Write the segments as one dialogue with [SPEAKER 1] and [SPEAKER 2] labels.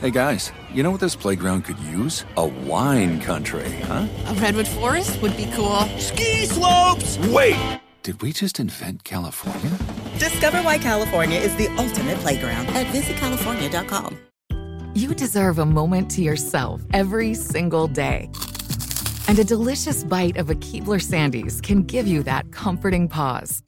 [SPEAKER 1] Hey guys, you know what this playground could use? A wine country, huh?
[SPEAKER 2] A redwood forest would be cool.
[SPEAKER 3] Ski slopes! Wait!
[SPEAKER 1] Did we just invent California?
[SPEAKER 4] Discover why California is the ultimate playground at visitcalifornia.com.
[SPEAKER 5] You deserve a moment to yourself every single day. And a delicious bite of a Keebler Sandys can give you that comforting pause.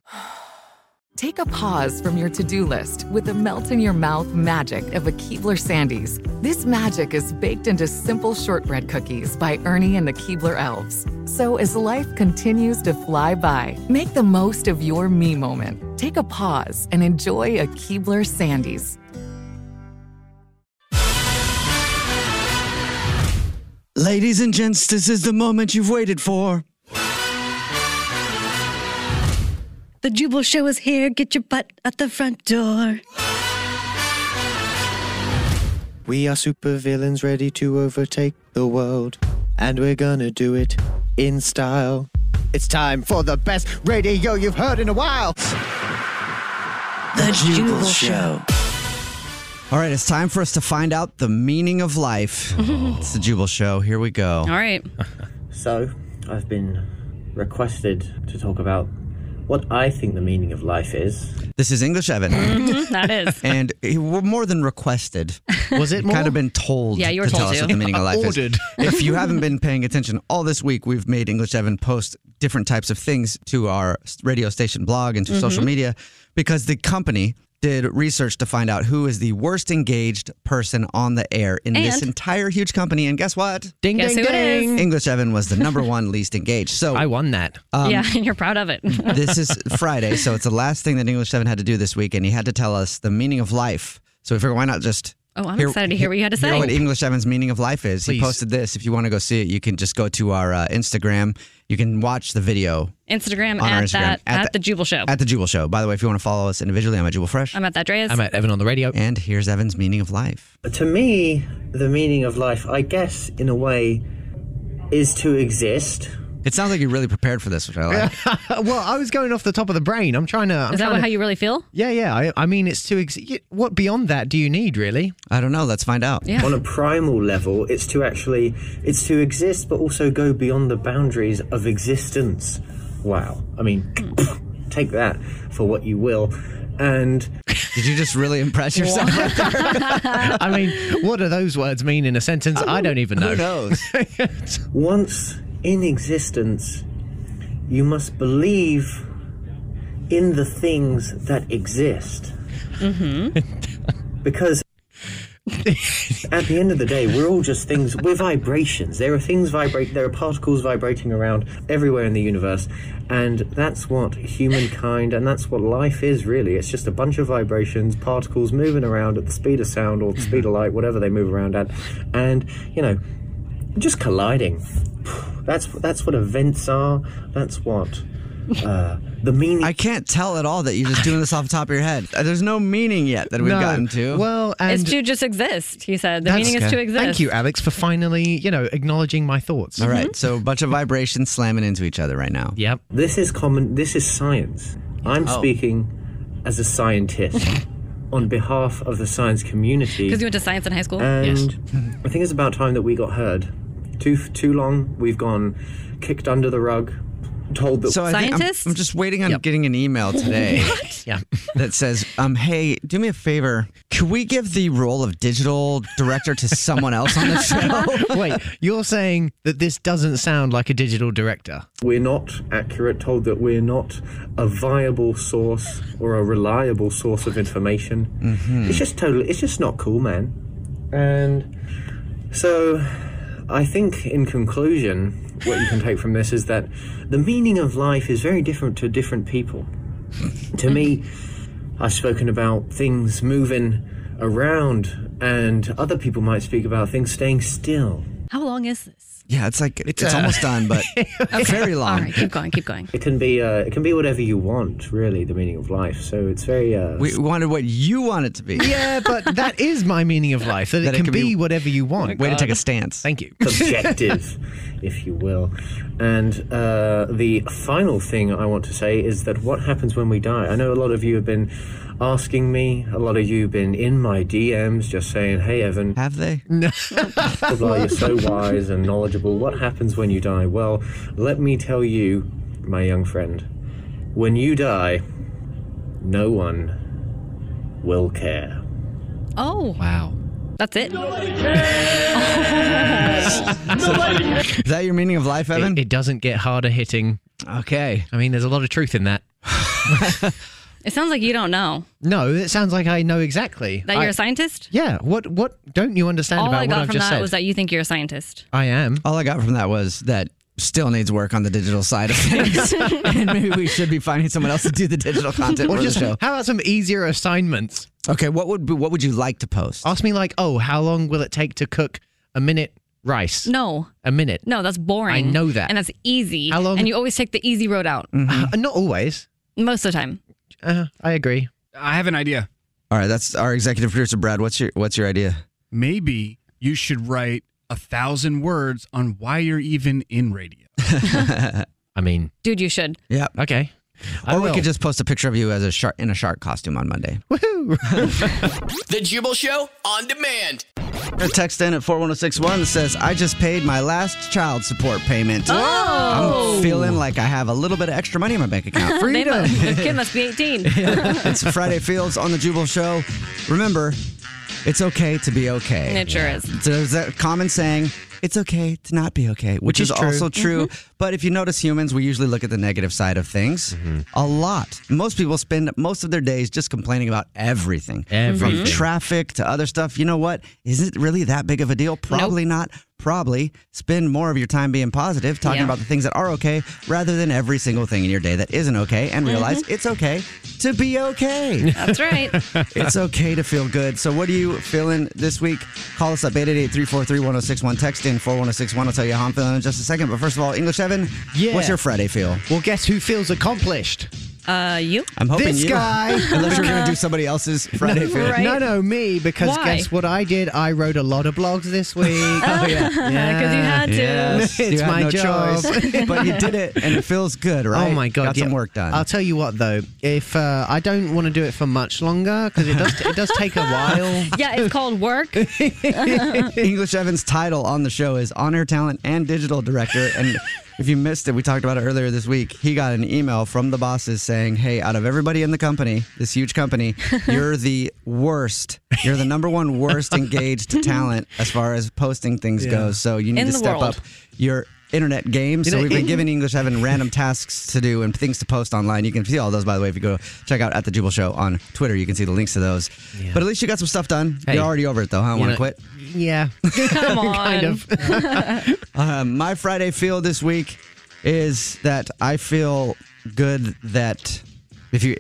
[SPEAKER 5] Take a pause from your to-do list with the melt-in-your-mouth magic of a Keebler Sandys. This magic is baked into simple shortbread cookies by Ernie and the Keebler Elves. So as life continues to fly by, make the most of your me moment. Take a pause and enjoy a Keebler Sandys.
[SPEAKER 6] Ladies and gents, this is the moment you've waited for.
[SPEAKER 7] The Jubal Show is here. Get your butt at the front door.
[SPEAKER 8] We are supervillains ready to overtake the world, and we're gonna do it in style. It's time for the best radio you've heard in a while.
[SPEAKER 7] The Jubal Show.
[SPEAKER 6] All right, it's time for us to find out the meaning of life.
[SPEAKER 8] Mm-hmm.
[SPEAKER 6] it's the Jubal Show. Here we go.
[SPEAKER 2] All right.
[SPEAKER 9] So, I've been requested to talk about what I think the meaning of life is.
[SPEAKER 6] This is English Evan.
[SPEAKER 2] Mhm, that is.
[SPEAKER 6] And it- we're more than requested.
[SPEAKER 10] Was it
[SPEAKER 6] kind
[SPEAKER 10] more?
[SPEAKER 6] of been told?
[SPEAKER 2] Yeah, you were
[SPEAKER 6] to tell
[SPEAKER 2] told
[SPEAKER 6] us
[SPEAKER 2] to.
[SPEAKER 6] what the meaning of life
[SPEAKER 10] Ordered.
[SPEAKER 6] is. If you haven't been paying attention all this week, we've made English Evan post different types of things to our radio station blog and to
[SPEAKER 2] Mm-hmm.
[SPEAKER 10] Mhm.
[SPEAKER 6] social media because the company did research to find out who is the worst engaged person on the air in this
[SPEAKER 10] And-
[SPEAKER 6] entire huge company. And guess what?
[SPEAKER 10] Ding,
[SPEAKER 2] Guess ding, who it is? ding.
[SPEAKER 6] English Evan was the number one least engaged. So I
[SPEAKER 10] won that.
[SPEAKER 2] yeah, and you're proud of it.
[SPEAKER 6] this is Friday, so it's the last thing that English Seven had to do this week, and he had to tell us the meaning of life. So we figured, why not just?
[SPEAKER 2] Oh, I'm excited to hear what you had to say.
[SPEAKER 6] What English Seven's meaning of life is. He
[SPEAKER 2] Please.
[SPEAKER 6] posted this. If you want to go see it, you can just go to our uh, Instagram. You can watch the video
[SPEAKER 2] Instagram
[SPEAKER 6] on our
[SPEAKER 2] at
[SPEAKER 6] Instagram
[SPEAKER 2] that at, the, Jubal Show.
[SPEAKER 6] At the Jubal Show. By the way, if you want to follow us individually, I'm at Jubal Fresh.
[SPEAKER 2] I'm at that Dreas.
[SPEAKER 6] Evan on the radio. And here's Evan's meaning of life.
[SPEAKER 9] To me, the meaning of life, I guess, in a way, is to exist.
[SPEAKER 6] It sounds like you're really prepared for this, which I like.
[SPEAKER 10] well, I was going off the top of the brain. I'm trying to. I'm
[SPEAKER 2] Is that
[SPEAKER 10] trying
[SPEAKER 2] what,
[SPEAKER 10] to-
[SPEAKER 2] how you really feel?
[SPEAKER 10] Yeah, yeah. I, I mean, it's too. Ex- y- what beyond that do you need, really?
[SPEAKER 6] I don't know. Let's find out.
[SPEAKER 2] Yeah.
[SPEAKER 9] On a primal level, it's to actually it's to exist, but also go beyond the boundaries of existence. Wow. I mean, take that for what you will. And
[SPEAKER 6] did you just really impress yourself?
[SPEAKER 10] I mean, what do those words mean in a sentence? I don't even know.
[SPEAKER 9] who Once in existence, you must believe in the things that exist. Because at the end of the day, we're all just things. We're vibrations. There are things vibrate. There are particles vibrating around everywhere in the universe, and that's what humankind and that's what life is really. It's just a bunch of vibrations, particles moving around at the speed of sound or the speed of light, whatever they move around at, and you know, just colliding. That's that's what events are. That's what uh, the meaning.
[SPEAKER 6] I can't tell at all that you're just doing this off the top of your head. Uh, There's no meaning yet that we've
[SPEAKER 10] No.
[SPEAKER 6] gotten to.
[SPEAKER 10] Well, and
[SPEAKER 2] it's to just exist. He said the
[SPEAKER 10] That's
[SPEAKER 2] meaning is
[SPEAKER 10] good.
[SPEAKER 2] to exist.
[SPEAKER 10] Thank you, Alex, for finally, you know, acknowledging my thoughts.
[SPEAKER 6] All right, so a bunch of vibrations slamming into each other right now.
[SPEAKER 10] Mm-hmm. Yep.
[SPEAKER 9] This is common. This is science. I'm
[SPEAKER 6] Oh.
[SPEAKER 9] speaking as a scientist on behalf of the science community.
[SPEAKER 2] Because you went to science in high school.
[SPEAKER 9] And I think it's about time that we got heard. Too too long. We've gone kicked under the rug. Told that
[SPEAKER 6] So I think I'm- I'm, just waiting on getting an email today
[SPEAKER 10] Yeah.
[SPEAKER 6] that says, um, "Hey, do me a favor. Can we give the role of digital director to someone else on the show?"
[SPEAKER 10] Wait, you're saying that this doesn't sound like a digital director?
[SPEAKER 9] we're not accurate. Told that we're not a viable source or a reliable source of information.
[SPEAKER 10] Mm-hmm.
[SPEAKER 9] It's just totally. It's just not cool, man. And so, I think in conclusion, what you can take from this is that the meaning of life is very different to different people. to me, I've spoken about things moving around, and other people might speak about things staying still.
[SPEAKER 2] How long is this?
[SPEAKER 6] Yeah, it's like it's,
[SPEAKER 9] uh,
[SPEAKER 6] almost done, but very long.
[SPEAKER 2] All right, keep going, keep going.
[SPEAKER 9] It can be uh, it can be whatever you want, really. The meaning of life. So it's very. Uh,
[SPEAKER 6] We wanted what you want it to be.
[SPEAKER 10] Yeah, but that is my meaning of life. That,
[SPEAKER 6] That
[SPEAKER 10] it can, be, whatever you want.
[SPEAKER 6] Way to take a stance.
[SPEAKER 10] Thank you.
[SPEAKER 9] subjective, if you will. And uh, the final thing I want to say is that what happens when we die? I know a lot of you have been asking me, a lot of you have been in my DMs just saying, hey, Evan.
[SPEAKER 6] Have they?
[SPEAKER 10] No.
[SPEAKER 9] blah, blah, you're so wise and knowledgeable. What happens when you die? Well, let me tell you, my young friend, when you die, no one will care.
[SPEAKER 2] Oh.
[SPEAKER 10] Wow.
[SPEAKER 2] That's it.
[SPEAKER 6] Is that your meaning of life, Evan?
[SPEAKER 10] It, it doesn't get harder hitting.
[SPEAKER 6] Okay.
[SPEAKER 10] I mean, there's a lot of truth in that.
[SPEAKER 2] It sounds like you don't know
[SPEAKER 10] No, it sounds like I know exactly.
[SPEAKER 2] that
[SPEAKER 10] I-
[SPEAKER 2] you're a scientist.
[SPEAKER 10] Yeah. What What don't you understand
[SPEAKER 2] All
[SPEAKER 10] about
[SPEAKER 2] I
[SPEAKER 10] what
[SPEAKER 2] got
[SPEAKER 10] I've
[SPEAKER 2] from
[SPEAKER 10] just
[SPEAKER 2] that
[SPEAKER 10] said?
[SPEAKER 2] was that you think you're a scientist.
[SPEAKER 10] I am.
[SPEAKER 6] All I got from that was that still needs work on the digital side of things, and maybe we should be finding someone else to do the digital content
[SPEAKER 10] Or
[SPEAKER 6] for
[SPEAKER 10] just
[SPEAKER 6] the show.
[SPEAKER 10] how about some easier assignments?
[SPEAKER 6] Okay, what would be, what would you like to post?
[SPEAKER 10] Ask me like, oh, how long will it take to cook a minute rice?
[SPEAKER 2] No,
[SPEAKER 10] A minute.
[SPEAKER 2] no, that's boring.
[SPEAKER 10] I know that.
[SPEAKER 2] and that's easy.
[SPEAKER 10] How long-
[SPEAKER 2] And you always take the easy road out
[SPEAKER 10] Uh, not always.
[SPEAKER 2] most of the time.
[SPEAKER 10] Uh, I agree.
[SPEAKER 11] I have an idea.
[SPEAKER 6] All right, that's our executive producer Brad. What's your what's your idea?
[SPEAKER 11] Maybe you should write a thousand words on why you're even in radio.
[SPEAKER 10] I mean,
[SPEAKER 2] Dude, you should.
[SPEAKER 6] Yeah.
[SPEAKER 10] okay. I
[SPEAKER 6] Or we
[SPEAKER 10] will.
[SPEAKER 6] could just post a picture of you as a shark in a shark costume on Monday.
[SPEAKER 3] The Jubal Show on demand.
[SPEAKER 6] A text in at 41061 that says, I just paid my last child support payment.
[SPEAKER 10] Oh!
[SPEAKER 6] Oh, I'm feeling like I have a little bit of extra money in my bank account.
[SPEAKER 2] They must, the kid must be 18.
[SPEAKER 6] it's Friday Fields on the Jubal Show. Remember, it's okay to be okay.
[SPEAKER 2] And it sure is.
[SPEAKER 6] So there's that common saying, it's okay to not be okay, which,
[SPEAKER 10] Which
[SPEAKER 6] is,
[SPEAKER 10] is true. Mm-hmm.
[SPEAKER 6] also true. But if you notice humans, we usually look at the negative side of things
[SPEAKER 10] Mm-hmm.
[SPEAKER 6] a lot. Most people spend most of their days just complaining about everything.
[SPEAKER 10] Everything.
[SPEAKER 6] From traffic to other stuff. You know what? Is it really that big of a deal? Probably not. Probably spend more of your time being positive, talking
[SPEAKER 2] Yeah.
[SPEAKER 6] about the things that are okay, rather than every single thing in your day that isn't okay, and realize
[SPEAKER 10] Mm-hmm.
[SPEAKER 6] it's okay to be okay.
[SPEAKER 2] That's right.
[SPEAKER 6] It's okay to feel good. So, what are you feeling this week? Call us up 888 343 1061. Text in 41061. I'll tell you how I'm feeling in just a second. But first of all, English Evan,
[SPEAKER 10] Yeah.
[SPEAKER 6] what's your Friday feel?
[SPEAKER 10] Well, guess who feels accomplished?
[SPEAKER 2] Uh, you?
[SPEAKER 6] I'm hoping
[SPEAKER 10] This
[SPEAKER 6] you.
[SPEAKER 10] guy.
[SPEAKER 6] unless you're going to do somebody else's Friday feel.
[SPEAKER 2] Right?
[SPEAKER 10] No, no, me, because
[SPEAKER 2] Why?
[SPEAKER 10] guess what I did? I wrote a lot of blogs this week. oh, yeah.
[SPEAKER 2] Because you had to.
[SPEAKER 6] Yes,
[SPEAKER 10] It's
[SPEAKER 6] you had
[SPEAKER 10] my
[SPEAKER 6] no
[SPEAKER 10] job.
[SPEAKER 6] choice, but you did it, and it feels good, right?
[SPEAKER 10] Oh my god,
[SPEAKER 6] got some
[SPEAKER 10] yeah.
[SPEAKER 6] work done.
[SPEAKER 10] I'll tell you what though, if uh, I don't want to do it for much longer because it does it does take a while.
[SPEAKER 2] Yeah, it's called work.
[SPEAKER 6] English Evan's title on the show is On Air Talent and Digital Director. And if you missed it, we talked about it earlier this week. He got an email from the bosses saying, Hey, out of everybody in the company, this huge company, you're the worst. You're the number one worst engaged talent as far as posting things goes. So you need
[SPEAKER 2] In
[SPEAKER 6] to
[SPEAKER 2] the
[SPEAKER 6] step
[SPEAKER 2] world.
[SPEAKER 6] up your internet game. So
[SPEAKER 10] know,
[SPEAKER 6] we've been
[SPEAKER 10] in-
[SPEAKER 6] giving English Evan random tasks to do and things to post online. You can see all those, by the way, if you go check out at the Jubal Show on Twitter. You can see the links to those. But at least you got some stuff done.
[SPEAKER 10] Hey.
[SPEAKER 6] You're already over it, though. Huh?
[SPEAKER 10] You
[SPEAKER 6] Want to
[SPEAKER 10] know-
[SPEAKER 6] quit?
[SPEAKER 10] Yeah.
[SPEAKER 2] Come on.
[SPEAKER 10] kind of.
[SPEAKER 6] Um, my Friday feel this week is that I feel good that if you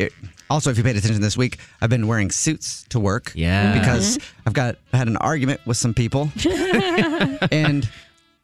[SPEAKER 6] also if you paid attention this week, I've been wearing suits to work.
[SPEAKER 10] Yeah. Mm-hmm.
[SPEAKER 6] Because I've got had an argument with some people, and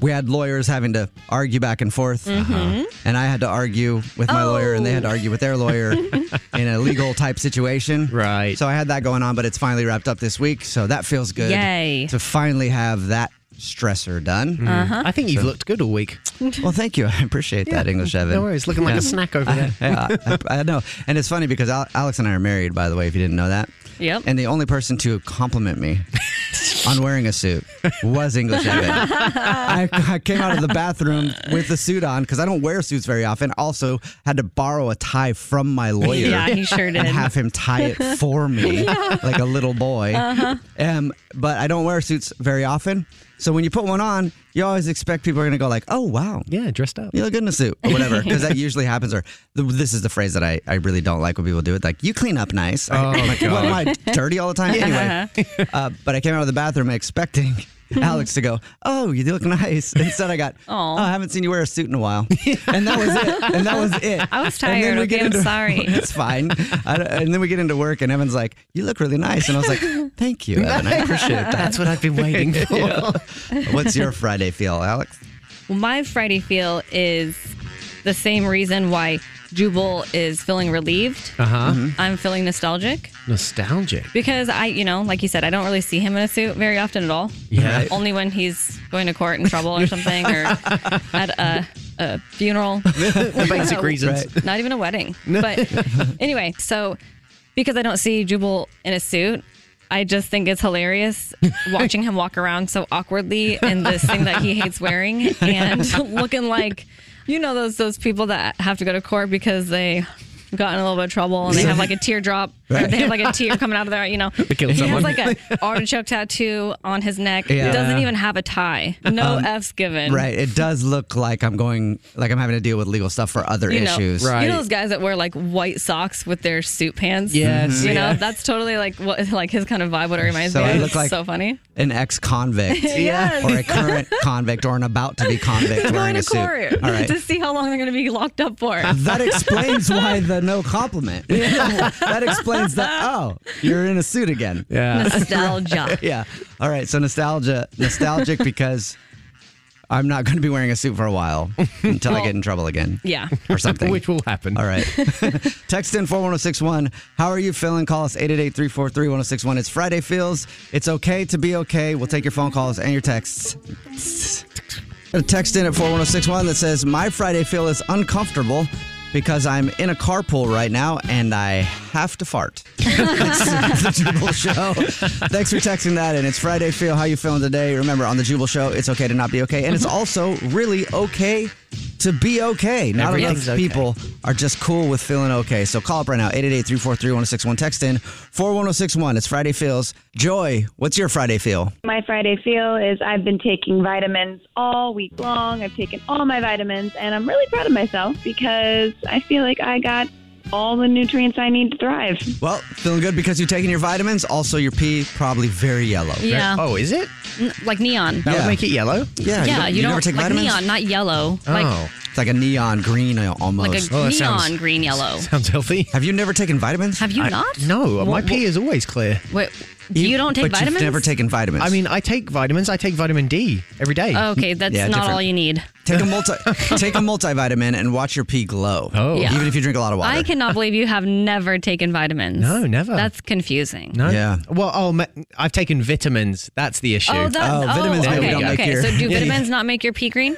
[SPEAKER 6] we had lawyers having to argue back and forth,
[SPEAKER 10] Mm-hmm.
[SPEAKER 6] and I had to argue with my lawyer, and they had to argue with their lawyer in a legal type situation.
[SPEAKER 10] Right.
[SPEAKER 6] So I had that going on, but it's finally wrapped up this week, so that feels good.
[SPEAKER 2] Yay.
[SPEAKER 6] To finally have that stressor done.
[SPEAKER 2] Uh-huh.
[SPEAKER 10] I think you've looked good all week.
[SPEAKER 6] Well, thank you. I appreciate that, English Evan.
[SPEAKER 10] No worries, looking like a snack over there.
[SPEAKER 6] yeah, I, I know. And it's funny because Al- Alex and I are married, by the way, if you didn't know that.
[SPEAKER 2] Yep.
[SPEAKER 6] And the only person to compliment me on wearing a suit was English Evan. I, I came out of the bathroom with the suit on because I don't wear suits very often. Also, had to borrow a tie from my lawyer
[SPEAKER 2] Yeah, he sure did.
[SPEAKER 6] and have him tie it for me like a little boy.
[SPEAKER 2] Uh-huh.
[SPEAKER 6] Um, but I don't wear suits very often. So when you put one on, you always expect people are going to go like, "Oh wow,
[SPEAKER 10] Yeah, dressed up.
[SPEAKER 6] you look good in a suit or whatever because that usually happens or th- this is the phrase that I, I really don't like when people do it like you clean up nice I,
[SPEAKER 11] Oh,
[SPEAKER 6] I'm like,
[SPEAKER 11] God.
[SPEAKER 2] Uh-huh.
[SPEAKER 6] what am i dirty all the time anyway uh, but i came out of the bathroom expecting
[SPEAKER 2] Mm-hmm.
[SPEAKER 6] Alex to go, oh, you look nice. Instead, I got, oh, I haven't seen you wear a suit in a while. And that was it. And that was it.
[SPEAKER 2] I was
[SPEAKER 6] And then
[SPEAKER 2] tired,
[SPEAKER 6] we
[SPEAKER 2] okay?
[SPEAKER 6] get
[SPEAKER 2] I'm
[SPEAKER 6] into-
[SPEAKER 2] sorry.
[SPEAKER 6] It's fine. I don't- and then we get into work, and Evan's like, you look really nice. And I was like, thank you, Evan. I appreciate that.
[SPEAKER 10] That's what I've been waiting for.
[SPEAKER 6] Yeah. What's your Friday feel, Alex?
[SPEAKER 2] Well, my Friday feel is the same reason why Jubal is feeling relieved.
[SPEAKER 10] Uh huh.
[SPEAKER 2] I'm feeling nostalgic
[SPEAKER 6] Mm-hmm.
[SPEAKER 10] Nostalgic.
[SPEAKER 2] because I, you know, like you said, I don't really see him in a suit very often at all.
[SPEAKER 10] Yeah. Right.
[SPEAKER 2] Only when he's going to court in trouble or something or at a, a funeral.
[SPEAKER 10] Basic
[SPEAKER 2] Uh,
[SPEAKER 10] reasons. Right.
[SPEAKER 2] Not even a wedding. But anyway, so because I don't see Jubal in a suit, I just think it's hilarious watching him walk around so awkwardly in this thing that he hates wearing and looking like, you know, those those people that have to go to court because they got in a little bit of trouble and they have like a teardrop or
[SPEAKER 10] Right.
[SPEAKER 2] they have like a tear coming out of their, you know.
[SPEAKER 10] They killed
[SPEAKER 2] he
[SPEAKER 10] someone.
[SPEAKER 2] has like an artichoke tattoo on his neck.
[SPEAKER 6] Yeah.
[SPEAKER 2] Doesn't even have a tie. No
[SPEAKER 6] Um,
[SPEAKER 2] F's given.
[SPEAKER 6] Right. It does look like I'm going, like I'm having to deal with legal stuff for other
[SPEAKER 2] you know,
[SPEAKER 6] issues.
[SPEAKER 2] You know those guys that wear like white socks with their suit pants.
[SPEAKER 6] Yes,
[SPEAKER 2] You know
[SPEAKER 6] yeah.
[SPEAKER 2] that's totally like what like his kind of vibe. What it reminds
[SPEAKER 6] Mm-hmm. So
[SPEAKER 2] me.
[SPEAKER 6] I
[SPEAKER 2] of.
[SPEAKER 6] look
[SPEAKER 2] It's
[SPEAKER 6] like-
[SPEAKER 2] so funny.
[SPEAKER 6] An ex convict.
[SPEAKER 2] Yes.
[SPEAKER 6] Or a current convict or an about to be convict
[SPEAKER 2] They're
[SPEAKER 6] wearing
[SPEAKER 2] going
[SPEAKER 6] a
[SPEAKER 2] to
[SPEAKER 6] suit.
[SPEAKER 2] court
[SPEAKER 6] All right.
[SPEAKER 2] to see how long they're going to be locked up for.
[SPEAKER 6] That explains why the no compliment. that explains that. Oh, you're in a suit again.
[SPEAKER 10] Yeah.
[SPEAKER 2] Nostalgia.
[SPEAKER 6] yeah. All right. So nostalgia, nostalgic because I'm not going to be wearing a suit for a while until I
[SPEAKER 2] Well,
[SPEAKER 6] get in trouble again.
[SPEAKER 2] yeah.
[SPEAKER 6] Or something.
[SPEAKER 10] Which will happen.
[SPEAKER 6] All right. Text in 41061. How are you feeling? Call us 888 343 1061. It's Friday Feels. It's okay to be okay. We'll take your phone calls and your texts. Got A text in at 41061 that says, My Friday feel is uncomfortable because I'm in a carpool right now and I have to fart. It's the Jubal Show. Thanks for texting that in. It's Friday feel. How you feeling today? Remember, on the Jubal Show, it's okay to not be okay. And it's also really okay to be okay. Not enough
[SPEAKER 10] Everything's okay.
[SPEAKER 6] people are just cool with feeling okay. So call up right now, 888-343-1061. Text in 41061. It's Friday feels. Joy, what's your Friday feel?
[SPEAKER 12] My Friday feel is I've been taking vitamins all week long. I've taken all my vitamins, and I'm really proud of myself because I feel like I got all the nutrients I need to thrive.
[SPEAKER 6] Well, feeling good because you're taking your vitamins. Also, your pee probably very yellow.
[SPEAKER 2] Yeah.
[SPEAKER 6] Oh, is it?
[SPEAKER 2] N- like neon.
[SPEAKER 6] That would Yeah. make it
[SPEAKER 10] yellow. Oh.
[SPEAKER 6] Yeah.
[SPEAKER 2] Yeah. You, don't
[SPEAKER 6] never take
[SPEAKER 2] like
[SPEAKER 6] vitamins. Oh.
[SPEAKER 2] neon, not yellow. Like
[SPEAKER 6] it's like a neon green uh, almost.
[SPEAKER 2] like a neon green yellow.
[SPEAKER 10] Sounds healthy.
[SPEAKER 6] Have you never taken vitamins?
[SPEAKER 2] Have you not?
[SPEAKER 10] No, my
[SPEAKER 2] What-
[SPEAKER 10] pee is always clear.
[SPEAKER 2] Wait, you, don't take vitamins?
[SPEAKER 6] taken vitamins.
[SPEAKER 10] I mean, I take vitamins. I take vitamin D every day.
[SPEAKER 2] Oh, okay, that's not all you need.
[SPEAKER 6] Take a multi, take a multivitamin, and watch your pee glow. Oh,
[SPEAKER 2] Yeah.
[SPEAKER 6] even if you drink a lot of water.
[SPEAKER 2] I cannot believe you have never taken vitamins.
[SPEAKER 10] No, never.
[SPEAKER 2] That's confusing.
[SPEAKER 10] No.
[SPEAKER 6] Yeah.
[SPEAKER 10] Well, oh, ma- I've taken vitamins. That's the issue.
[SPEAKER 2] Oh, that, oh, okay, okay. So do vitamins not make your pee green?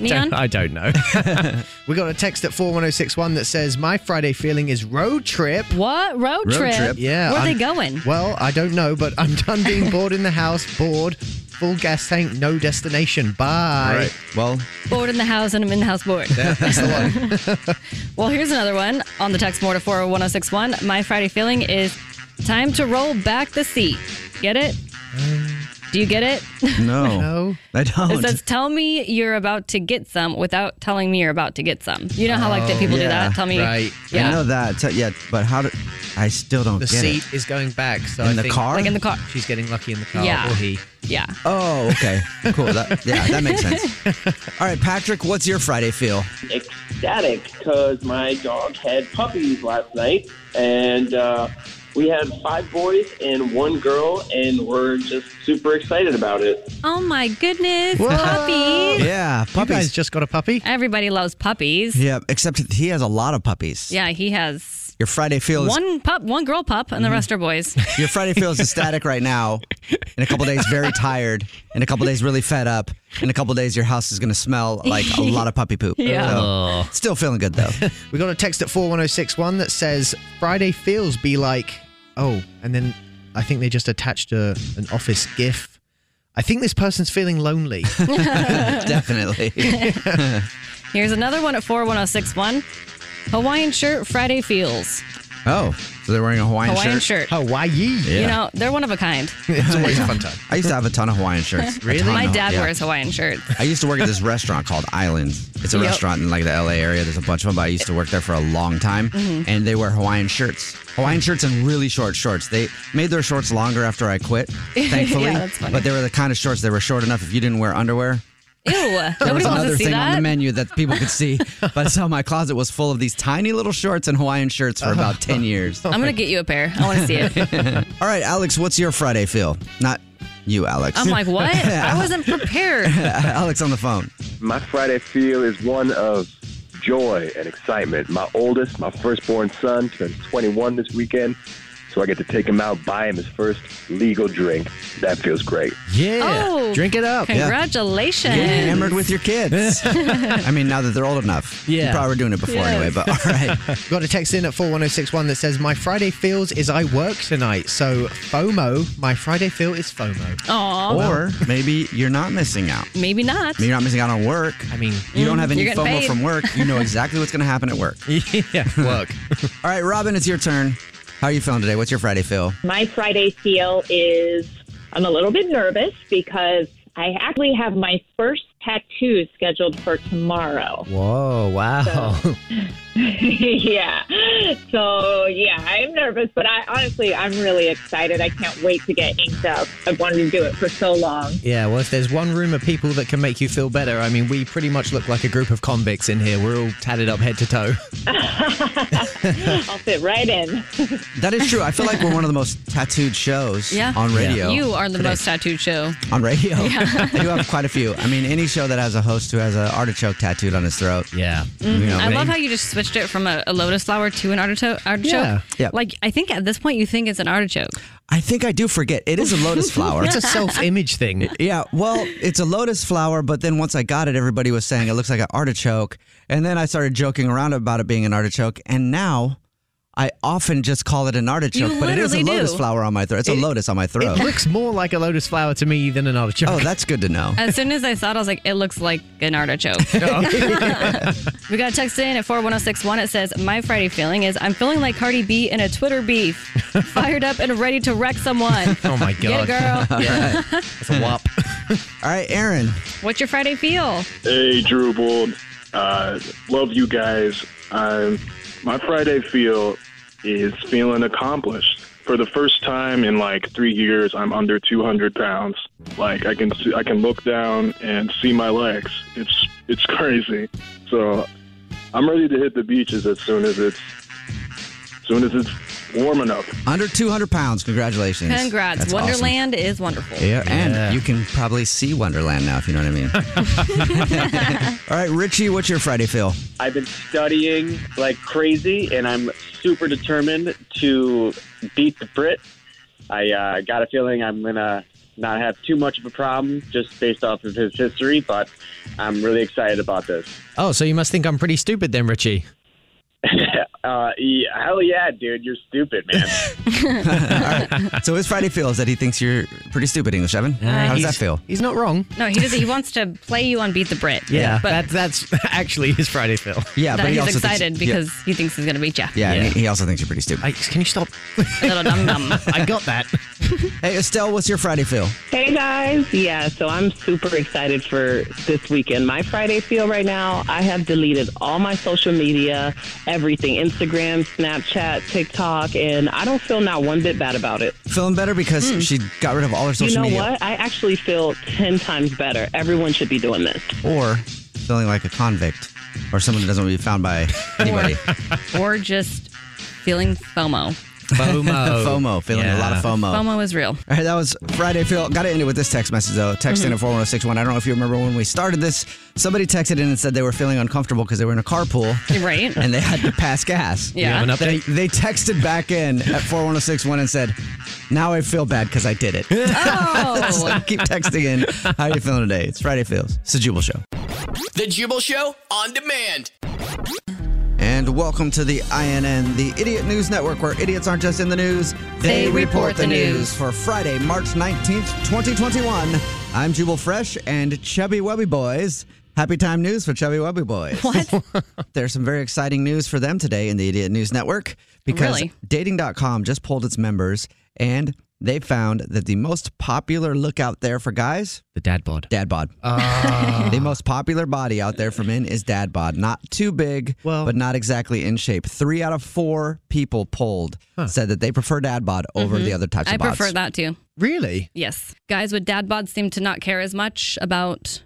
[SPEAKER 2] Neon?
[SPEAKER 10] I don't know. we got a text at 41061 that says, My Friday feeling is road trip.
[SPEAKER 2] What? Road, trip?
[SPEAKER 10] Yeah.
[SPEAKER 2] Where are they
[SPEAKER 10] I'm-
[SPEAKER 2] going?
[SPEAKER 10] Well, I don't know, but I'm done being bored in the house, bored, full gas tank, no destination. Bye.
[SPEAKER 6] Right. Well,
[SPEAKER 2] Bored in the house and I'm in the house bored.
[SPEAKER 10] that's the one.
[SPEAKER 2] Well, here's another one on the text more to 401061. My Friday feeling is time to roll back the seat. Get it? Do you get it?
[SPEAKER 6] no, I
[SPEAKER 2] It
[SPEAKER 6] don't.
[SPEAKER 2] says, tell me you're about to get some without telling me you're about to get some. You know how like that people do that? Tell me. Yeah.
[SPEAKER 6] I know that. T- yeah, but how do I still don't
[SPEAKER 10] The
[SPEAKER 6] get
[SPEAKER 10] seat
[SPEAKER 6] it?
[SPEAKER 10] is going back. So
[SPEAKER 6] In
[SPEAKER 10] I
[SPEAKER 6] the
[SPEAKER 10] think
[SPEAKER 6] car? Like in the
[SPEAKER 2] car.
[SPEAKER 10] She's getting lucky in the car.
[SPEAKER 2] Yeah.
[SPEAKER 10] Or he.
[SPEAKER 2] Yeah.
[SPEAKER 6] Oh, okay, cool. That, yeah, that makes sense. All right, Patrick, what's your Friday feel?
[SPEAKER 13] ecstatic because my dog had puppies last night, and uh, we had five boys and one girl, and we're just super excited about it.
[SPEAKER 2] Oh my goodness. Puppies.
[SPEAKER 6] Yeah, puppies.
[SPEAKER 10] You guys just got a puppy.
[SPEAKER 2] Everybody loves puppies.
[SPEAKER 6] Yeah, except he has a lot of puppies.
[SPEAKER 2] Yeah, he has
[SPEAKER 6] Your Friday feel is
[SPEAKER 2] one pup, one girl pup, and the rest are boys.
[SPEAKER 6] Your Friday feels ecstatic right now. In a couple days, very tired. In a couple days, really fed up. In a couple days, your house is going to smell like a lot of puppy poop.
[SPEAKER 2] Yeah.
[SPEAKER 6] So,
[SPEAKER 10] Oh.
[SPEAKER 6] still feeling good though.
[SPEAKER 10] We got a text at 41061 that says, Friday feels be like, oh, and then I think they just attached a, an office GIF. I think this person's feeling lonely.
[SPEAKER 6] Definitely.
[SPEAKER 2] Here's another one at 41061. Hawaiian shirt Friday feels.
[SPEAKER 6] Oh, so they're wearing a Hawaiian,
[SPEAKER 2] Hawaiian
[SPEAKER 6] shirt.
[SPEAKER 2] shirt.
[SPEAKER 6] Hawaii. Yeah.
[SPEAKER 2] You know, they're one of a kind.
[SPEAKER 6] it's always
[SPEAKER 10] a fun time.
[SPEAKER 6] I used to have a ton of Hawaiian shirts. A ton
[SPEAKER 2] My
[SPEAKER 6] of-
[SPEAKER 2] dad
[SPEAKER 6] yeah.
[SPEAKER 2] wears Hawaiian shirts.
[SPEAKER 6] I used to work at this restaurant called Islands. It's a
[SPEAKER 2] Yep.
[SPEAKER 6] restaurant in like the LA area. There's a bunch of them, but I used to work there for a long time.
[SPEAKER 2] Mhm.
[SPEAKER 6] And they wear Hawaiian shirts, Hawaiian shirts, and really short shorts. They made their shorts longer after I quit, thankfully.
[SPEAKER 2] Yeah, that's funny.
[SPEAKER 6] But they were the kind of shorts that were short enough if you didn't wear underwear.
[SPEAKER 2] Ew.
[SPEAKER 6] There was
[SPEAKER 2] Nobody wants
[SPEAKER 6] another
[SPEAKER 2] to see
[SPEAKER 6] thing on the
[SPEAKER 2] that.
[SPEAKER 6] menu that people could see, but so my closet was full of these tiny little shorts and Hawaiian shirts
[SPEAKER 2] Uh-huh.
[SPEAKER 6] for about ten years.
[SPEAKER 2] I'm gonna get you a pair. I want to see it.
[SPEAKER 6] All right, Alex, what's your Friday feel? Not you, Alex.
[SPEAKER 2] I'm like, what? I wasn't prepared.
[SPEAKER 6] Alex on the phone.
[SPEAKER 14] My Friday feel is one of joy and excitement. My oldest, my firstborn son, turns 21 this weekend, so I get to take him out, buy him his first legal drink. That feels great.
[SPEAKER 6] Yeah.
[SPEAKER 2] Oh,
[SPEAKER 6] Drink it up. Yeah.
[SPEAKER 2] Congratulations.
[SPEAKER 6] Get enamored with your kids. I mean, now that they're old enough. You
[SPEAKER 10] Yeah.
[SPEAKER 6] probably were doing it before anyway, but all right.
[SPEAKER 10] Got a text in at 41061 that says, My Friday feels is I work tonight. So FOMO, my Friday feel is FOMO.
[SPEAKER 2] Aw.
[SPEAKER 6] Or maybe you're not missing out.
[SPEAKER 2] Maybe not.
[SPEAKER 6] Maybe you're not missing out on work. I mean, you don't
[SPEAKER 2] Mm,
[SPEAKER 6] have any
[SPEAKER 2] you're
[SPEAKER 6] FOMO
[SPEAKER 2] getting paid.
[SPEAKER 6] from work. You know exactly what's going to happen at work. yeah, work. all right, Robin, it's your turn. How are you feeling today? What's your Friday feel?
[SPEAKER 15] My Friday feel is I'm a little bit nervous because I actually have my first tattoo scheduled for tomorrow.
[SPEAKER 16] Whoa, wow.
[SPEAKER 15] yeah. So, yeah, I'm nervous, but I honestly, I'm really excited. I can't wait to get inked up. I've wanted to do it for so long.
[SPEAKER 10] Yeah, well, if there's one room of people that can make you feel better, I mean, we pretty much look like a group of convicts in here. We're all tatted up head to toe.
[SPEAKER 15] I'll fit right in.
[SPEAKER 6] That is true. I feel like we're one of the most tattooed shows
[SPEAKER 2] Yeah.
[SPEAKER 6] on radio.
[SPEAKER 2] You are the
[SPEAKER 6] today.
[SPEAKER 2] most tattooed show.
[SPEAKER 6] on radio.
[SPEAKER 2] Yeah.
[SPEAKER 6] they do have quite a few. I mean, any show that has a host who has an artichoke tattooed on his throat. Yeah.
[SPEAKER 2] Mhm. I love how you just switched it from a, a lotus flower to an artichoke. artichoke.
[SPEAKER 6] Yeah. Yeah.
[SPEAKER 2] Like, I think at this point you think it's an artichoke.
[SPEAKER 6] I think I do forget. It is a lotus flower.
[SPEAKER 2] It's a self-image
[SPEAKER 6] thing. Yeah. Well, it's a lotus flower, but then once I got it, everybody was saying it looks like an artichoke. And then I started joking around about it being an artichoke. And now I often just call it an artichoke, but it is a
[SPEAKER 10] literally
[SPEAKER 6] lotus
[SPEAKER 10] do.
[SPEAKER 6] flower on my throat. It's a
[SPEAKER 10] It-
[SPEAKER 6] lotus on my throat.
[SPEAKER 10] It looks more like a lotus flower to me than an artichoke.
[SPEAKER 6] Oh, that's good to know.
[SPEAKER 10] Uh,
[SPEAKER 2] As soon as I saw it, I was like, it looks like an artichoke. we got a text in at 41061. It says, My Friday feeling is I'm feeling like Cardi B in a Twitter beef, fired up and ready to wreck someone.
[SPEAKER 10] Oh, my
[SPEAKER 2] Get
[SPEAKER 10] God.
[SPEAKER 2] it, girl.
[SPEAKER 10] Yeah. It's a wop.
[SPEAKER 6] All right, Aaron.
[SPEAKER 2] What's your Friday feel?
[SPEAKER 14] Hey, Drew Bold. Uh, love you guys. Um, my Friday feel is feeling accomplished. For the first time in like three years, I'm under 200 pounds. Like I can see, I can look down and see my legs. It's it's crazy. So I'm ready to hit the beaches as soon as it's as soon as it's warm enough.
[SPEAKER 6] Under 200 pounds. Congratulations.
[SPEAKER 2] Congrats.
[SPEAKER 6] That's awesome.
[SPEAKER 2] Wonderland is wonderful.
[SPEAKER 6] Yeah, and you can probably see Wonderland now if you know what I mean. All right, Richie, what's your Friday feel?
[SPEAKER 17] I've been studying like crazy, and I'm super determined to beat the Brit. I uh, got a feeling I'm gonna not have too much of a problem just based off of his history, but I'm really excited about this.
[SPEAKER 16] Oh, so you must think I'm pretty stupid then, Richie.
[SPEAKER 17] uh, yeah, hell yeah, dude, you're stupid, man.
[SPEAKER 6] So his Friday feel is that he thinks you're pretty stupid, English Evan. How does that feel?
[SPEAKER 10] He's not wrong.
[SPEAKER 2] No, he does. He wants to play you on Beat the Brit.
[SPEAKER 10] Yeah,
[SPEAKER 2] but
[SPEAKER 10] that, that's actually his Friday feel.
[SPEAKER 6] Yeah,
[SPEAKER 2] that
[SPEAKER 6] but he
[SPEAKER 2] he's
[SPEAKER 6] also thinks-
[SPEAKER 2] excited
[SPEAKER 6] yeah.
[SPEAKER 2] because he thinks he's gonna beat you.
[SPEAKER 6] Yeah, and he, he also thinks you're pretty stupid.
[SPEAKER 10] can you stop?
[SPEAKER 2] Little dum dum.
[SPEAKER 10] I got that.
[SPEAKER 6] hey, Estelle, what's your Friday feel?
[SPEAKER 18] Hey guys, yeah, so I'm super excited for this weekend. My Friday feel right now, I have deleted all my social media, everything Instagram, Snapchat, TikTok, and I don't feel not one bit bad about it.
[SPEAKER 6] Feeling better because
[SPEAKER 2] Hmm.
[SPEAKER 6] she got rid of all her social
[SPEAKER 18] you know
[SPEAKER 6] media.
[SPEAKER 18] what? I actually feel 10 times better. Everyone should be doing this.
[SPEAKER 6] Or feeling like a convict or someone that doesn't want to be found by anybody.
[SPEAKER 2] or just feeling FOMO.
[SPEAKER 6] FOMO. FOMO, feeling a lot of FOMO.
[SPEAKER 2] oh, FOMO is real.
[SPEAKER 6] All right, that was Friday Phil. Got to end it with this text message though. Text in
[SPEAKER 2] Mhm.
[SPEAKER 6] at 41061. I don't know if you remember when we started this. Somebody texted in and said they were feeling uncomfortable because they were in a carpool.
[SPEAKER 2] Right?
[SPEAKER 6] And they had to pass gas.
[SPEAKER 2] Yeah. You have an
[SPEAKER 6] They,
[SPEAKER 2] update?
[SPEAKER 6] they texted back in at 41061 and said, Now I feel bad because I did it. so keep texting in. How are you feeling today? It's Friday Feels. It's a Jubal Show.
[SPEAKER 3] The Jubal Show on demand.
[SPEAKER 6] And welcome to the INN, the Idiot News Network, where idiots aren't just in the news,
[SPEAKER 3] They report the news.
[SPEAKER 6] For Friday, March 19th, 2021, I'm Jubal Fresh and Chubby Webby Boys Happy time news for Chubby Wubby Boys. What? There's some very exciting news for them today in the Idiot News Network because
[SPEAKER 2] Really?
[SPEAKER 6] dating.com just polled its members and they found that the most popular look out there for guys
[SPEAKER 16] the dad bod.
[SPEAKER 6] Dad bod.
[SPEAKER 2] Uh.
[SPEAKER 6] the most popular body out there for men is dad bod. Not too big, but not exactly in shape. Three out of four people polled said that they prefer dad bod over
[SPEAKER 2] Mhm.
[SPEAKER 6] the other types
[SPEAKER 2] I
[SPEAKER 6] of bods.
[SPEAKER 2] prefer that too.
[SPEAKER 10] Really?
[SPEAKER 2] Yes. Guys with dad bods seem to not care as much about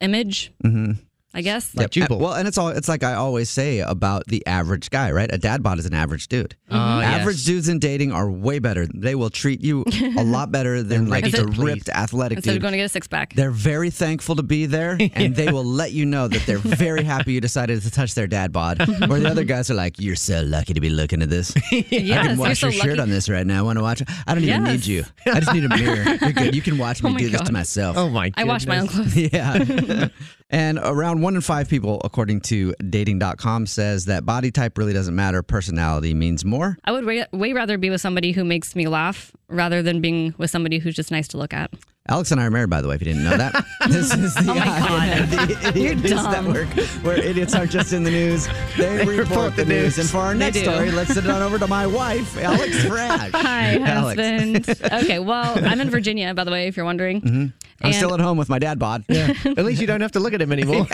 [SPEAKER 2] image,
[SPEAKER 6] Mm-hmm.
[SPEAKER 2] I guess.
[SPEAKER 6] Yep. Uh, And- Well, and it's all it's like I always say about the average guy, right? A dad bod is an average dude.
[SPEAKER 2] Mhm. Ah, yes.
[SPEAKER 6] average dudes in dating are way better. They will treat you a lot better than like
[SPEAKER 2] ready
[SPEAKER 6] the
[SPEAKER 2] to please.
[SPEAKER 6] ripped athletic
[SPEAKER 2] Instead
[SPEAKER 6] dude.
[SPEAKER 2] of going to get a six pack.
[SPEAKER 6] they're very thankful to be there, and they will let you know that they're very happy you decided to touch their dad bod. Where the other guys are like, "You're so lucky to be looking at this. I
[SPEAKER 2] Yes,
[SPEAKER 6] can wash
[SPEAKER 2] you're so
[SPEAKER 6] your shirt
[SPEAKER 2] lucky."
[SPEAKER 6] on this right now. I want to watch. it. I don't even
[SPEAKER 2] Yes.
[SPEAKER 6] need you. I just need a mirror. You're good. You can watch
[SPEAKER 2] Oh
[SPEAKER 6] me
[SPEAKER 2] my
[SPEAKER 6] do this
[SPEAKER 2] God.
[SPEAKER 6] to myself.
[SPEAKER 2] Oh my I wash my own goodness. clothes.
[SPEAKER 6] Yeah. and around one in five people, according to dating.com, says that body type really doesn't matter. Personality means more.
[SPEAKER 2] I would way, way rather be with somebody who makes me laugh rather than being with somebody who's just nice to look at.
[SPEAKER 6] Alex and I are married, by the way, if you didn't know that. this is the,
[SPEAKER 2] Oh my God.
[SPEAKER 6] the Idiot News
[SPEAKER 2] dumb.
[SPEAKER 6] Network, where idiots aren't just in the news, they, report, the news. And for our
[SPEAKER 2] They
[SPEAKER 6] next
[SPEAKER 2] do.
[SPEAKER 6] story, let's send it on over to my wife, Alex Frash.
[SPEAKER 2] Hi,
[SPEAKER 6] Alex.
[SPEAKER 2] husband. okay, well, I'm in Virginia, by the way, if you're wondering.
[SPEAKER 6] Mhm. I'm
[SPEAKER 2] And-
[SPEAKER 6] still at home with my dad bod.
[SPEAKER 10] At least you don't have to look at him anymore.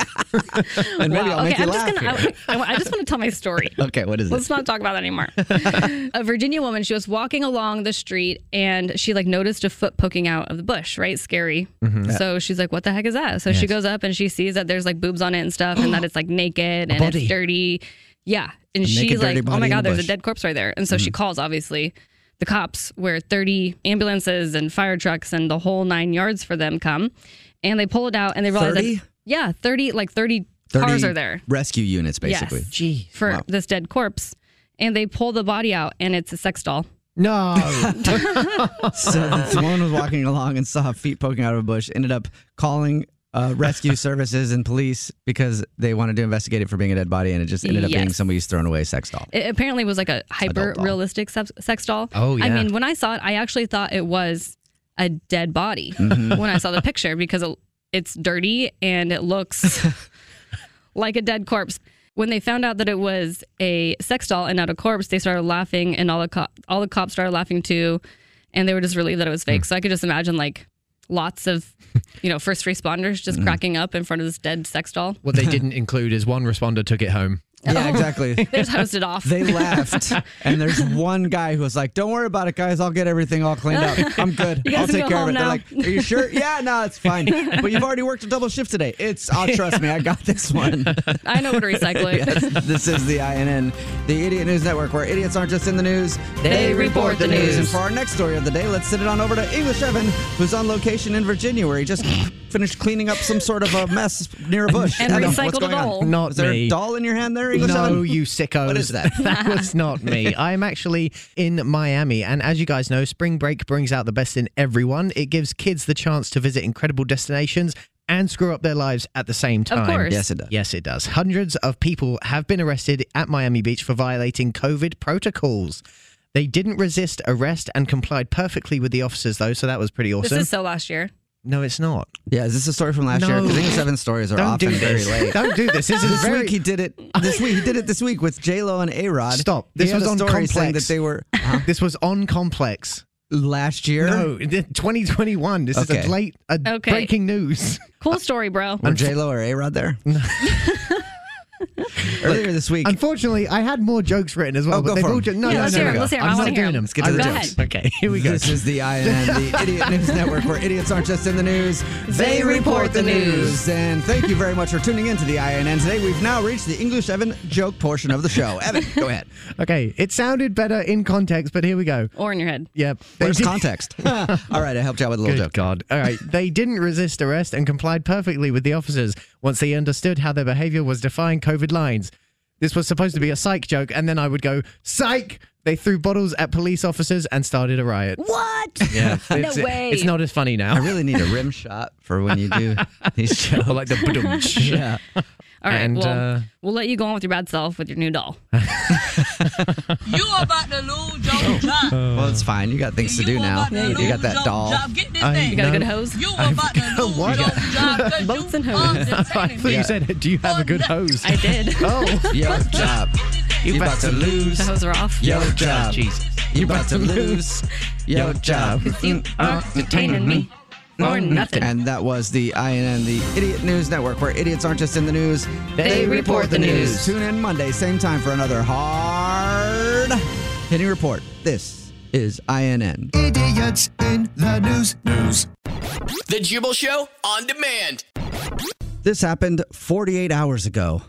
[SPEAKER 6] and maybe I'll
[SPEAKER 2] okay,
[SPEAKER 6] make you
[SPEAKER 2] I'm
[SPEAKER 6] laugh.
[SPEAKER 2] just gonna.
[SPEAKER 6] here.
[SPEAKER 2] I, I- I just want to tell my story.
[SPEAKER 6] okay, what is it?
[SPEAKER 2] Let's not talk about that anymore. a Virginia woman, she was walking along the street and she like noticed a foot poking out of the bush, right? Scary.
[SPEAKER 19] Mhm.
[SPEAKER 2] So she's like, what the heck is that? So she
[SPEAKER 19] Yes.
[SPEAKER 2] goes up and she sees that there's like boobs on it and stuff and that it's like naked
[SPEAKER 19] A
[SPEAKER 2] and
[SPEAKER 19] body.
[SPEAKER 2] it's dirty. Yeah. And
[SPEAKER 19] A naked,
[SPEAKER 2] she's
[SPEAKER 19] dirty
[SPEAKER 2] like, oh
[SPEAKER 19] body
[SPEAKER 2] my
[SPEAKER 19] in
[SPEAKER 2] God,
[SPEAKER 19] the
[SPEAKER 2] there's
[SPEAKER 19] bush.
[SPEAKER 2] a dead corpse right there. And so she
[SPEAKER 19] Mhm.
[SPEAKER 2] calls, obviously, the cops, where 30 ambulances and fire trucks and the whole nine yards for them come. And they pull it out and they realize
[SPEAKER 6] 30?
[SPEAKER 2] that, yeah, 30, like 30 cars
[SPEAKER 6] 30
[SPEAKER 2] are there
[SPEAKER 6] Rescue units, basically.
[SPEAKER 2] Yes. for
[SPEAKER 6] Wow.
[SPEAKER 2] this dead corpse. And they pull the body out and it's a sex doll.
[SPEAKER 10] No.
[SPEAKER 6] so this woman was walking along and saw feet poking out of a bush. Ended up calling uh, rescue services and police because they wanted to investigate it for being a dead body, and it just ended up being
[SPEAKER 2] Yes.
[SPEAKER 6] somebody's thrown away sex doll.
[SPEAKER 2] It apparently was like a hyper
[SPEAKER 6] doll.
[SPEAKER 2] realistic sex, sex doll.
[SPEAKER 6] Oh,
[SPEAKER 2] I
[SPEAKER 6] yeah.
[SPEAKER 2] mean, when I saw it, I actually thought it was a dead body
[SPEAKER 6] Mhm.
[SPEAKER 2] when I saw the picture because it, it's dirty and it looks like a dead corpse. When they found out that it was a sex doll and not a corpse, they started laughing, and all the co- all the cops started laughing too, and they were just relieved that it was
[SPEAKER 6] Mm.
[SPEAKER 2] fake. So I could just imagine like lots of you know first responders
[SPEAKER 6] Mm-hmm.
[SPEAKER 2] just cracking up in front of this dead sex doll.
[SPEAKER 16] What they didn't include is one responder took it home.
[SPEAKER 6] Yeah, exactly.
[SPEAKER 2] They just hosed it off.
[SPEAKER 6] They left, and there's one guy who was like, "Don't worry about it, guys. I'll get everything all cleaned up. I'm good.
[SPEAKER 2] You guys
[SPEAKER 6] I'll
[SPEAKER 2] can
[SPEAKER 6] take
[SPEAKER 2] go
[SPEAKER 6] care of
[SPEAKER 2] home
[SPEAKER 6] it." They're
[SPEAKER 2] now.
[SPEAKER 6] like, "Are you sure? yeah, no, it's fine. But you've already worked a double shift today. It's. Oh, trust me, I got this one.
[SPEAKER 2] I know where to recycle it.
[SPEAKER 6] Yes, this is the INN, the Idiot News Network, where idiots aren't just in the news,
[SPEAKER 2] They report the news.
[SPEAKER 6] And for our next story of the day, let's send it on over to English Evan, who's on location in Virginia, where he just finished cleaning up some sort of a mess near a bush.
[SPEAKER 10] And
[SPEAKER 6] I don't know
[SPEAKER 10] recycled
[SPEAKER 6] what's
[SPEAKER 10] a
[SPEAKER 6] going on.
[SPEAKER 10] doll. Not
[SPEAKER 6] Is there
[SPEAKER 10] me.
[SPEAKER 6] a doll in your hand there, English Evan?
[SPEAKER 10] No, you sickos.
[SPEAKER 6] What is that?
[SPEAKER 10] That was not me. I'm actually in Miami. And as you guys know, spring break brings out the best in everyone. It gives kids the chance to visit incredible destinations and screw up their lives at the same
[SPEAKER 6] Of
[SPEAKER 10] time.
[SPEAKER 6] course. Yes, it does.
[SPEAKER 10] Yes, it does. Hundreds of people have been arrested at Miami Beach for violating COVID protocols. They didn't resist arrest and complied perfectly with the officers, though, so that was pretty awesome.
[SPEAKER 2] This is so last year.
[SPEAKER 10] no, it's not.
[SPEAKER 6] Yeah, is this a story from last year?
[SPEAKER 10] No.
[SPEAKER 6] Because English Evan's stories are
[SPEAKER 10] Don't
[SPEAKER 6] often
[SPEAKER 10] do
[SPEAKER 6] very
[SPEAKER 10] this.
[SPEAKER 6] late.
[SPEAKER 10] Don't do this. This is very-
[SPEAKER 6] week he did it. This week he did it. This week with J Lo and A Rod.
[SPEAKER 10] Stop. This
[SPEAKER 6] he had
[SPEAKER 10] was
[SPEAKER 6] a
[SPEAKER 10] on
[SPEAKER 6] story
[SPEAKER 10] Complex.
[SPEAKER 6] saying that they were
[SPEAKER 10] This was on Complex
[SPEAKER 6] last year.
[SPEAKER 10] No, th- 2021. This
[SPEAKER 6] Okay.
[SPEAKER 10] is a late a
[SPEAKER 2] Okay.
[SPEAKER 10] breaking news.
[SPEAKER 2] Cool story, bro.
[SPEAKER 6] Uh, Were J Lo or A Rod there? Earlier this week.
[SPEAKER 10] Unfortunately, I had more jokes written as well,
[SPEAKER 6] Oh,
[SPEAKER 10] but
[SPEAKER 6] go
[SPEAKER 10] they've
[SPEAKER 6] for
[SPEAKER 10] all
[SPEAKER 6] it.
[SPEAKER 10] ju- no,
[SPEAKER 6] Yeah,
[SPEAKER 10] no,
[SPEAKER 6] let's
[SPEAKER 10] no,
[SPEAKER 6] hear
[SPEAKER 10] no,
[SPEAKER 6] 'em,
[SPEAKER 10] no.
[SPEAKER 6] let's hear 'em. I
[SPEAKER 10] I'm
[SPEAKER 6] wanna
[SPEAKER 10] not
[SPEAKER 6] hear
[SPEAKER 10] doing
[SPEAKER 6] 'em.
[SPEAKER 10] them.
[SPEAKER 6] Let's get to
[SPEAKER 10] I'm
[SPEAKER 6] the
[SPEAKER 10] not-
[SPEAKER 6] jokes.
[SPEAKER 10] Okay, here we go.
[SPEAKER 6] This is the INN, the Idiot News Network, where idiots aren't just in the news,
[SPEAKER 10] They report the news.
[SPEAKER 6] And thank you very much for tuning in to the INN today. We've now reached the English Evan joke portion of the show. Evan, go ahead.
[SPEAKER 10] Okay, it sounded better in context, but here we go.
[SPEAKER 2] Or in your head.
[SPEAKER 10] Yeah.
[SPEAKER 6] Where's context? All right, I helped you out with a little
[SPEAKER 10] Good
[SPEAKER 6] joke.
[SPEAKER 10] God. All right. They didn't resist arrest and complied perfectly with the officers once they understood how their behavior was defying COVID lines. This was supposed to be a psych joke, and then I would go, psych! They threw bottles at police officers and started a riot.
[SPEAKER 2] What?
[SPEAKER 10] Yeah.
[SPEAKER 2] No
[SPEAKER 10] it's,
[SPEAKER 2] way.
[SPEAKER 10] It's not as funny now.
[SPEAKER 6] I really need a rim shot for when you do these shows.
[SPEAKER 16] Or like the ba-dum-tsh.
[SPEAKER 6] yeah.
[SPEAKER 2] All right.
[SPEAKER 16] And,
[SPEAKER 2] well,
[SPEAKER 16] uh,
[SPEAKER 6] Uh,
[SPEAKER 2] we'll let you go on with your bad self with your new doll.
[SPEAKER 20] You about to lose your job.
[SPEAKER 6] well, it's fine. You got things to do now.
[SPEAKER 20] Yeah, you
[SPEAKER 6] You
[SPEAKER 20] do.
[SPEAKER 6] got that doll.
[SPEAKER 20] Job, get this thing. You
[SPEAKER 6] Uh,
[SPEAKER 20] about to lose your job. 'cause you
[SPEAKER 21] I thought you said, "Do you have a good hose?"
[SPEAKER 2] I did.
[SPEAKER 21] Oh,
[SPEAKER 6] Yo, job. You about to lose.
[SPEAKER 2] The hose are off.
[SPEAKER 6] Yo, job. You about to lose. Yo, job.
[SPEAKER 2] You
[SPEAKER 10] Uh,
[SPEAKER 2] are entertaining me. More than nothing.
[SPEAKER 6] And that was the INN, the Idiot News Network, where idiots aren't just in the news,
[SPEAKER 21] They report the news.
[SPEAKER 6] Tune in Monday, same time for another hard hitting report. This is INN.
[SPEAKER 22] Idiots in the news. News. The Jubal Show on demand.
[SPEAKER 6] This happened 48 hours ago.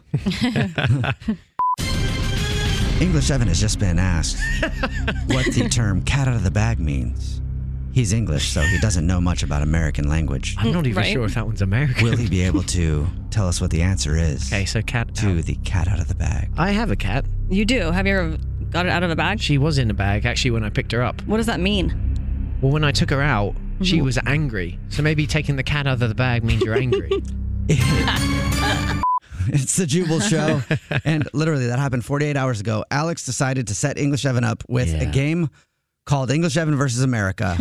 [SPEAKER 6] English Evan has just been asked what the term cat out of the bag means. He's English, so he doesn't know much about American language.
[SPEAKER 10] I'm not even Right. sure if
[SPEAKER 6] that one's American. Will he be able to tell us what the answer is? Okay, so cat to the cat out of the bag.
[SPEAKER 10] I have a cat.
[SPEAKER 2] You do. Have you ever got it out of a bag?
[SPEAKER 10] She was in a bag actually when I picked her up.
[SPEAKER 2] What does that mean?
[SPEAKER 10] Well, when I took her out, she
[SPEAKER 2] Mhm.
[SPEAKER 10] was angry. So maybe taking the cat out of the bag means you're angry.
[SPEAKER 6] It's the Jubal Show, and literally that happened 48 hours ago. Alex decided to set English Evan up with a game called English Evan versus America,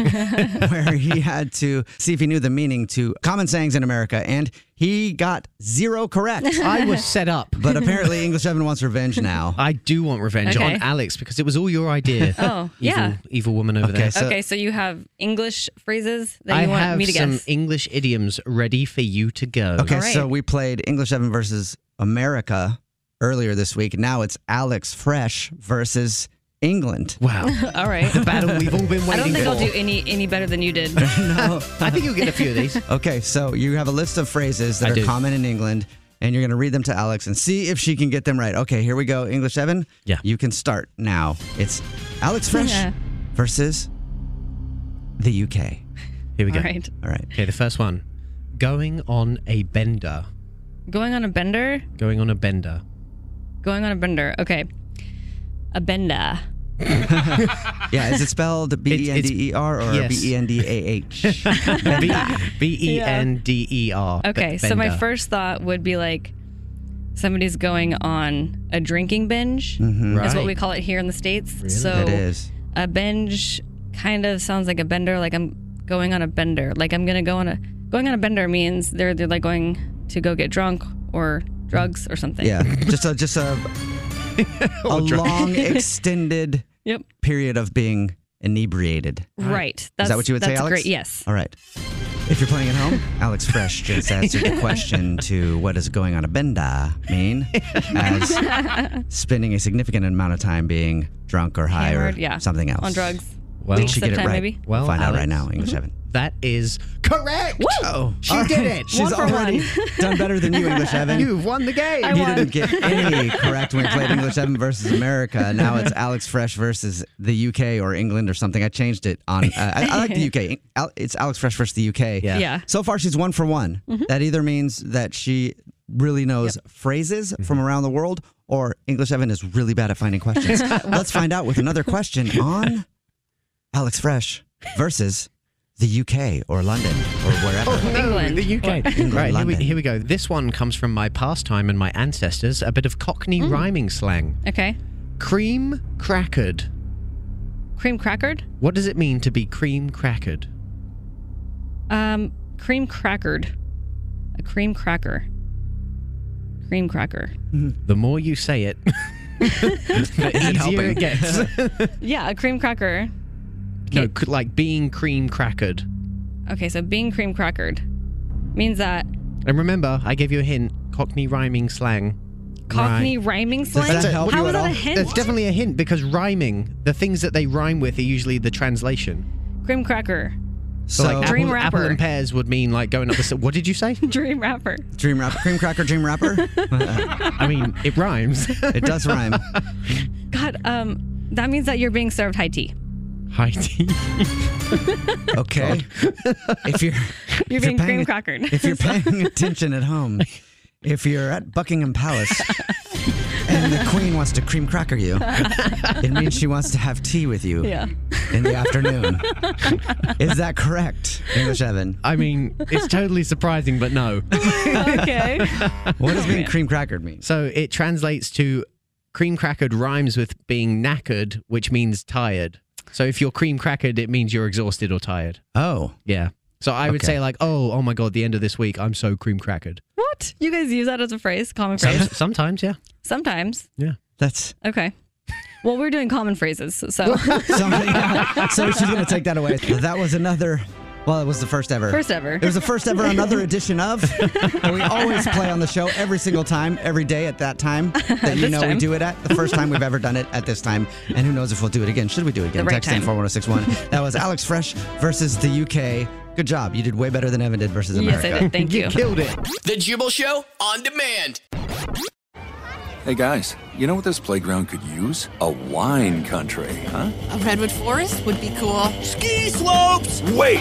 [SPEAKER 6] where he had to see if he knew the meaning to common sayings in America, and he got zero correct.
[SPEAKER 10] I was set up.
[SPEAKER 6] but apparently English Evan wants revenge now.
[SPEAKER 10] I do want revenge
[SPEAKER 2] Okay.
[SPEAKER 10] on Alex because it was all your idea.
[SPEAKER 2] Oh,
[SPEAKER 10] evil,
[SPEAKER 2] yeah.
[SPEAKER 10] Evil woman over there.
[SPEAKER 2] okay, so you have English phrases that
[SPEAKER 10] I
[SPEAKER 2] you want
[SPEAKER 10] have
[SPEAKER 2] me to
[SPEAKER 10] some
[SPEAKER 2] guess.
[SPEAKER 10] English idioms ready for you to go.
[SPEAKER 6] Okay, so we played English Evan versus America earlier this week. Now it's Alex Fresh versus England.
[SPEAKER 10] Wow.
[SPEAKER 2] all right.
[SPEAKER 6] The battle we've all been
[SPEAKER 2] I
[SPEAKER 6] waiting
[SPEAKER 2] don't think I'll
[SPEAKER 6] for.
[SPEAKER 2] do any any better than you did.
[SPEAKER 6] no.
[SPEAKER 10] I think you'll get a few of these.
[SPEAKER 6] Okay, so you have a list of phrases that
[SPEAKER 10] I
[SPEAKER 6] are
[SPEAKER 10] do.
[SPEAKER 6] common in England, and you're going to read them to Alex and see if she can get them right. Okay, here we go. English Evan, yeah. you can start now. It's Alex Fresh
[SPEAKER 2] Yeah.
[SPEAKER 6] versus the UK.
[SPEAKER 10] Here we go.
[SPEAKER 2] All right.
[SPEAKER 6] All right.
[SPEAKER 10] Okay, the first one. Going on a bender.
[SPEAKER 2] Going on a bender.
[SPEAKER 10] Going on a bender.
[SPEAKER 2] Going on a bender. Okay. A bender.
[SPEAKER 6] Yeah, is it spelled B E N D E R or
[SPEAKER 10] yes.
[SPEAKER 6] B E N D A H?
[SPEAKER 10] B B E N D E R.
[SPEAKER 2] Okay, so my first thought would be like somebody's going on a drinking binge.
[SPEAKER 6] Mhm.
[SPEAKER 2] Is what
[SPEAKER 6] Right.
[SPEAKER 2] we call it here in the states.
[SPEAKER 6] Really?
[SPEAKER 2] So
[SPEAKER 6] It is.
[SPEAKER 2] a binge kind of sounds like a bender. Like I'm going on a bender. Like I'm gonna go on a going on a bender means they're they're like going to go get drunk or drugs or something.
[SPEAKER 6] Yeah, just a just a a
[SPEAKER 2] Or drunk.
[SPEAKER 6] long extended
[SPEAKER 2] Yep.
[SPEAKER 6] period of being inebriated.
[SPEAKER 2] Right.
[SPEAKER 6] Is that what you would say,
[SPEAKER 2] that's
[SPEAKER 6] Alex?
[SPEAKER 2] Great. Yes.
[SPEAKER 6] All right. If you're playing at home, Alex Fresh just answered the question to what does going on a bender mean as spending a significant amount of time being drunk or high
[SPEAKER 2] Hammered,
[SPEAKER 6] or
[SPEAKER 2] yeah.
[SPEAKER 6] something else.
[SPEAKER 2] On drugs.
[SPEAKER 6] Well, Did she
[SPEAKER 2] Waste of
[SPEAKER 6] get it
[SPEAKER 2] time,
[SPEAKER 6] right?
[SPEAKER 2] maybe?
[SPEAKER 6] We'll
[SPEAKER 10] Well,
[SPEAKER 6] find out
[SPEAKER 10] Alex-
[SPEAKER 6] right now, English
[SPEAKER 10] Mhm.
[SPEAKER 6] Evan.
[SPEAKER 10] That is correct.
[SPEAKER 6] Oh,
[SPEAKER 10] She
[SPEAKER 6] all
[SPEAKER 10] did
[SPEAKER 6] right.
[SPEAKER 10] it.
[SPEAKER 6] She's already done better than you, English Evan.
[SPEAKER 10] You've won the game.
[SPEAKER 6] he didn't get any correct when we played English Evan versus America. Now it's Alex Fresh versus the UK or England or something. I changed it on. Uh, I, I like the UK. Al- It's Alex Fresh versus the UK.
[SPEAKER 10] Yeah.
[SPEAKER 2] Yeah.
[SPEAKER 6] So far, she's one for one.
[SPEAKER 10] Mm-hmm.
[SPEAKER 2] Mhm.
[SPEAKER 6] That either means that she really knows phrases from around the world, or English Evan is really bad at finding questions. Let's find out with another question on Alex Fresh versus the UK or London or wherever.
[SPEAKER 10] Oh, no, the UK.
[SPEAKER 6] England,
[SPEAKER 10] right, here we,
[SPEAKER 6] London.
[SPEAKER 10] here we go. This one comes from my pastime and my ancestors, a bit of Cockney
[SPEAKER 2] Mm.
[SPEAKER 10] rhyming slang.
[SPEAKER 2] Okay.
[SPEAKER 10] Cream crackered.
[SPEAKER 2] Cream crackered.
[SPEAKER 10] What does it mean to be cream crackered?
[SPEAKER 2] Um, cream crackered. A cream cracker. Cream cracker.
[SPEAKER 10] The more you say it, the easier
[SPEAKER 2] helping?
[SPEAKER 10] it gets.
[SPEAKER 2] Yeah, a cream cracker.
[SPEAKER 10] no, c- like being cream crackered.
[SPEAKER 2] Okay, so being cream crackered means that
[SPEAKER 10] And remember, I gave you a hint. Cockney rhyming slang.
[SPEAKER 2] Cockney
[SPEAKER 10] Right.
[SPEAKER 2] rhyming slang. How is that a hint?
[SPEAKER 10] That's definitely a hint because rhyming, the things that they rhyme with are usually the translation.
[SPEAKER 2] cream cracker.
[SPEAKER 10] So, like
[SPEAKER 2] dream
[SPEAKER 10] apple, apple
[SPEAKER 2] wrapper.
[SPEAKER 10] and pears would mean like going up the. What did you say?
[SPEAKER 2] dream wrapper.
[SPEAKER 6] Dream wrapper, cream cracker, dream wrapper.
[SPEAKER 10] I mean, it rhymes.
[SPEAKER 6] It does rhyme.
[SPEAKER 2] God, um, that means that you're being served high tea.
[SPEAKER 10] High tea.
[SPEAKER 6] Okay. if you're
[SPEAKER 2] You're
[SPEAKER 6] if
[SPEAKER 2] being cream
[SPEAKER 6] paying-
[SPEAKER 2] crackered.
[SPEAKER 6] If you're paying attention at home, if you're at Buckingham Palace and the Queen wants to cream cracker you, it means she wants to have tea with you
[SPEAKER 2] Yeah.
[SPEAKER 6] in the afternoon. Is that correct, English Evan?
[SPEAKER 10] I mean, it's totally surprising, but no.
[SPEAKER 2] okay.
[SPEAKER 6] What does being cream crackered mean?
[SPEAKER 10] So it translates to cream crackered rhymes with being knackered, which means tired. So if you're cream crackered, it means you're exhausted or tired.
[SPEAKER 6] Oh.
[SPEAKER 10] Yeah. So I would
[SPEAKER 6] Okay.
[SPEAKER 10] say like, oh, oh my god, the end of this week, I'm so cream crackered.
[SPEAKER 2] What? You guys use that as a phrase, common
[SPEAKER 10] Some-
[SPEAKER 2] phrase?
[SPEAKER 10] sometimes, yeah.
[SPEAKER 2] Sometimes.
[SPEAKER 10] Yeah.
[SPEAKER 6] That's
[SPEAKER 2] Okay. Well, we're doing common phrases, so
[SPEAKER 6] so she's gonna take that away. That was another. Well, it was the first ever.
[SPEAKER 2] First ever.
[SPEAKER 6] It was the first ever another edition of. And we always play on the show every single time, every day at that time that you
[SPEAKER 10] This
[SPEAKER 6] know we
[SPEAKER 10] time.
[SPEAKER 6] do it at. The first time we've ever done it at this time. And who knows if we'll do it again. Should we do it again?
[SPEAKER 10] The right
[SPEAKER 6] Text in
[SPEAKER 10] time.
[SPEAKER 6] 41061. That was Alex Fresh versus the UK. Good job. You did way better than Evan did versus America.
[SPEAKER 23] The Jubal Show on demand.
[SPEAKER 1] Hey guys, you know what this playground could use? A wine country, huh?
[SPEAKER 24] A redwood forest would be cool. Ski
[SPEAKER 20] slopes!
[SPEAKER 1] Wait!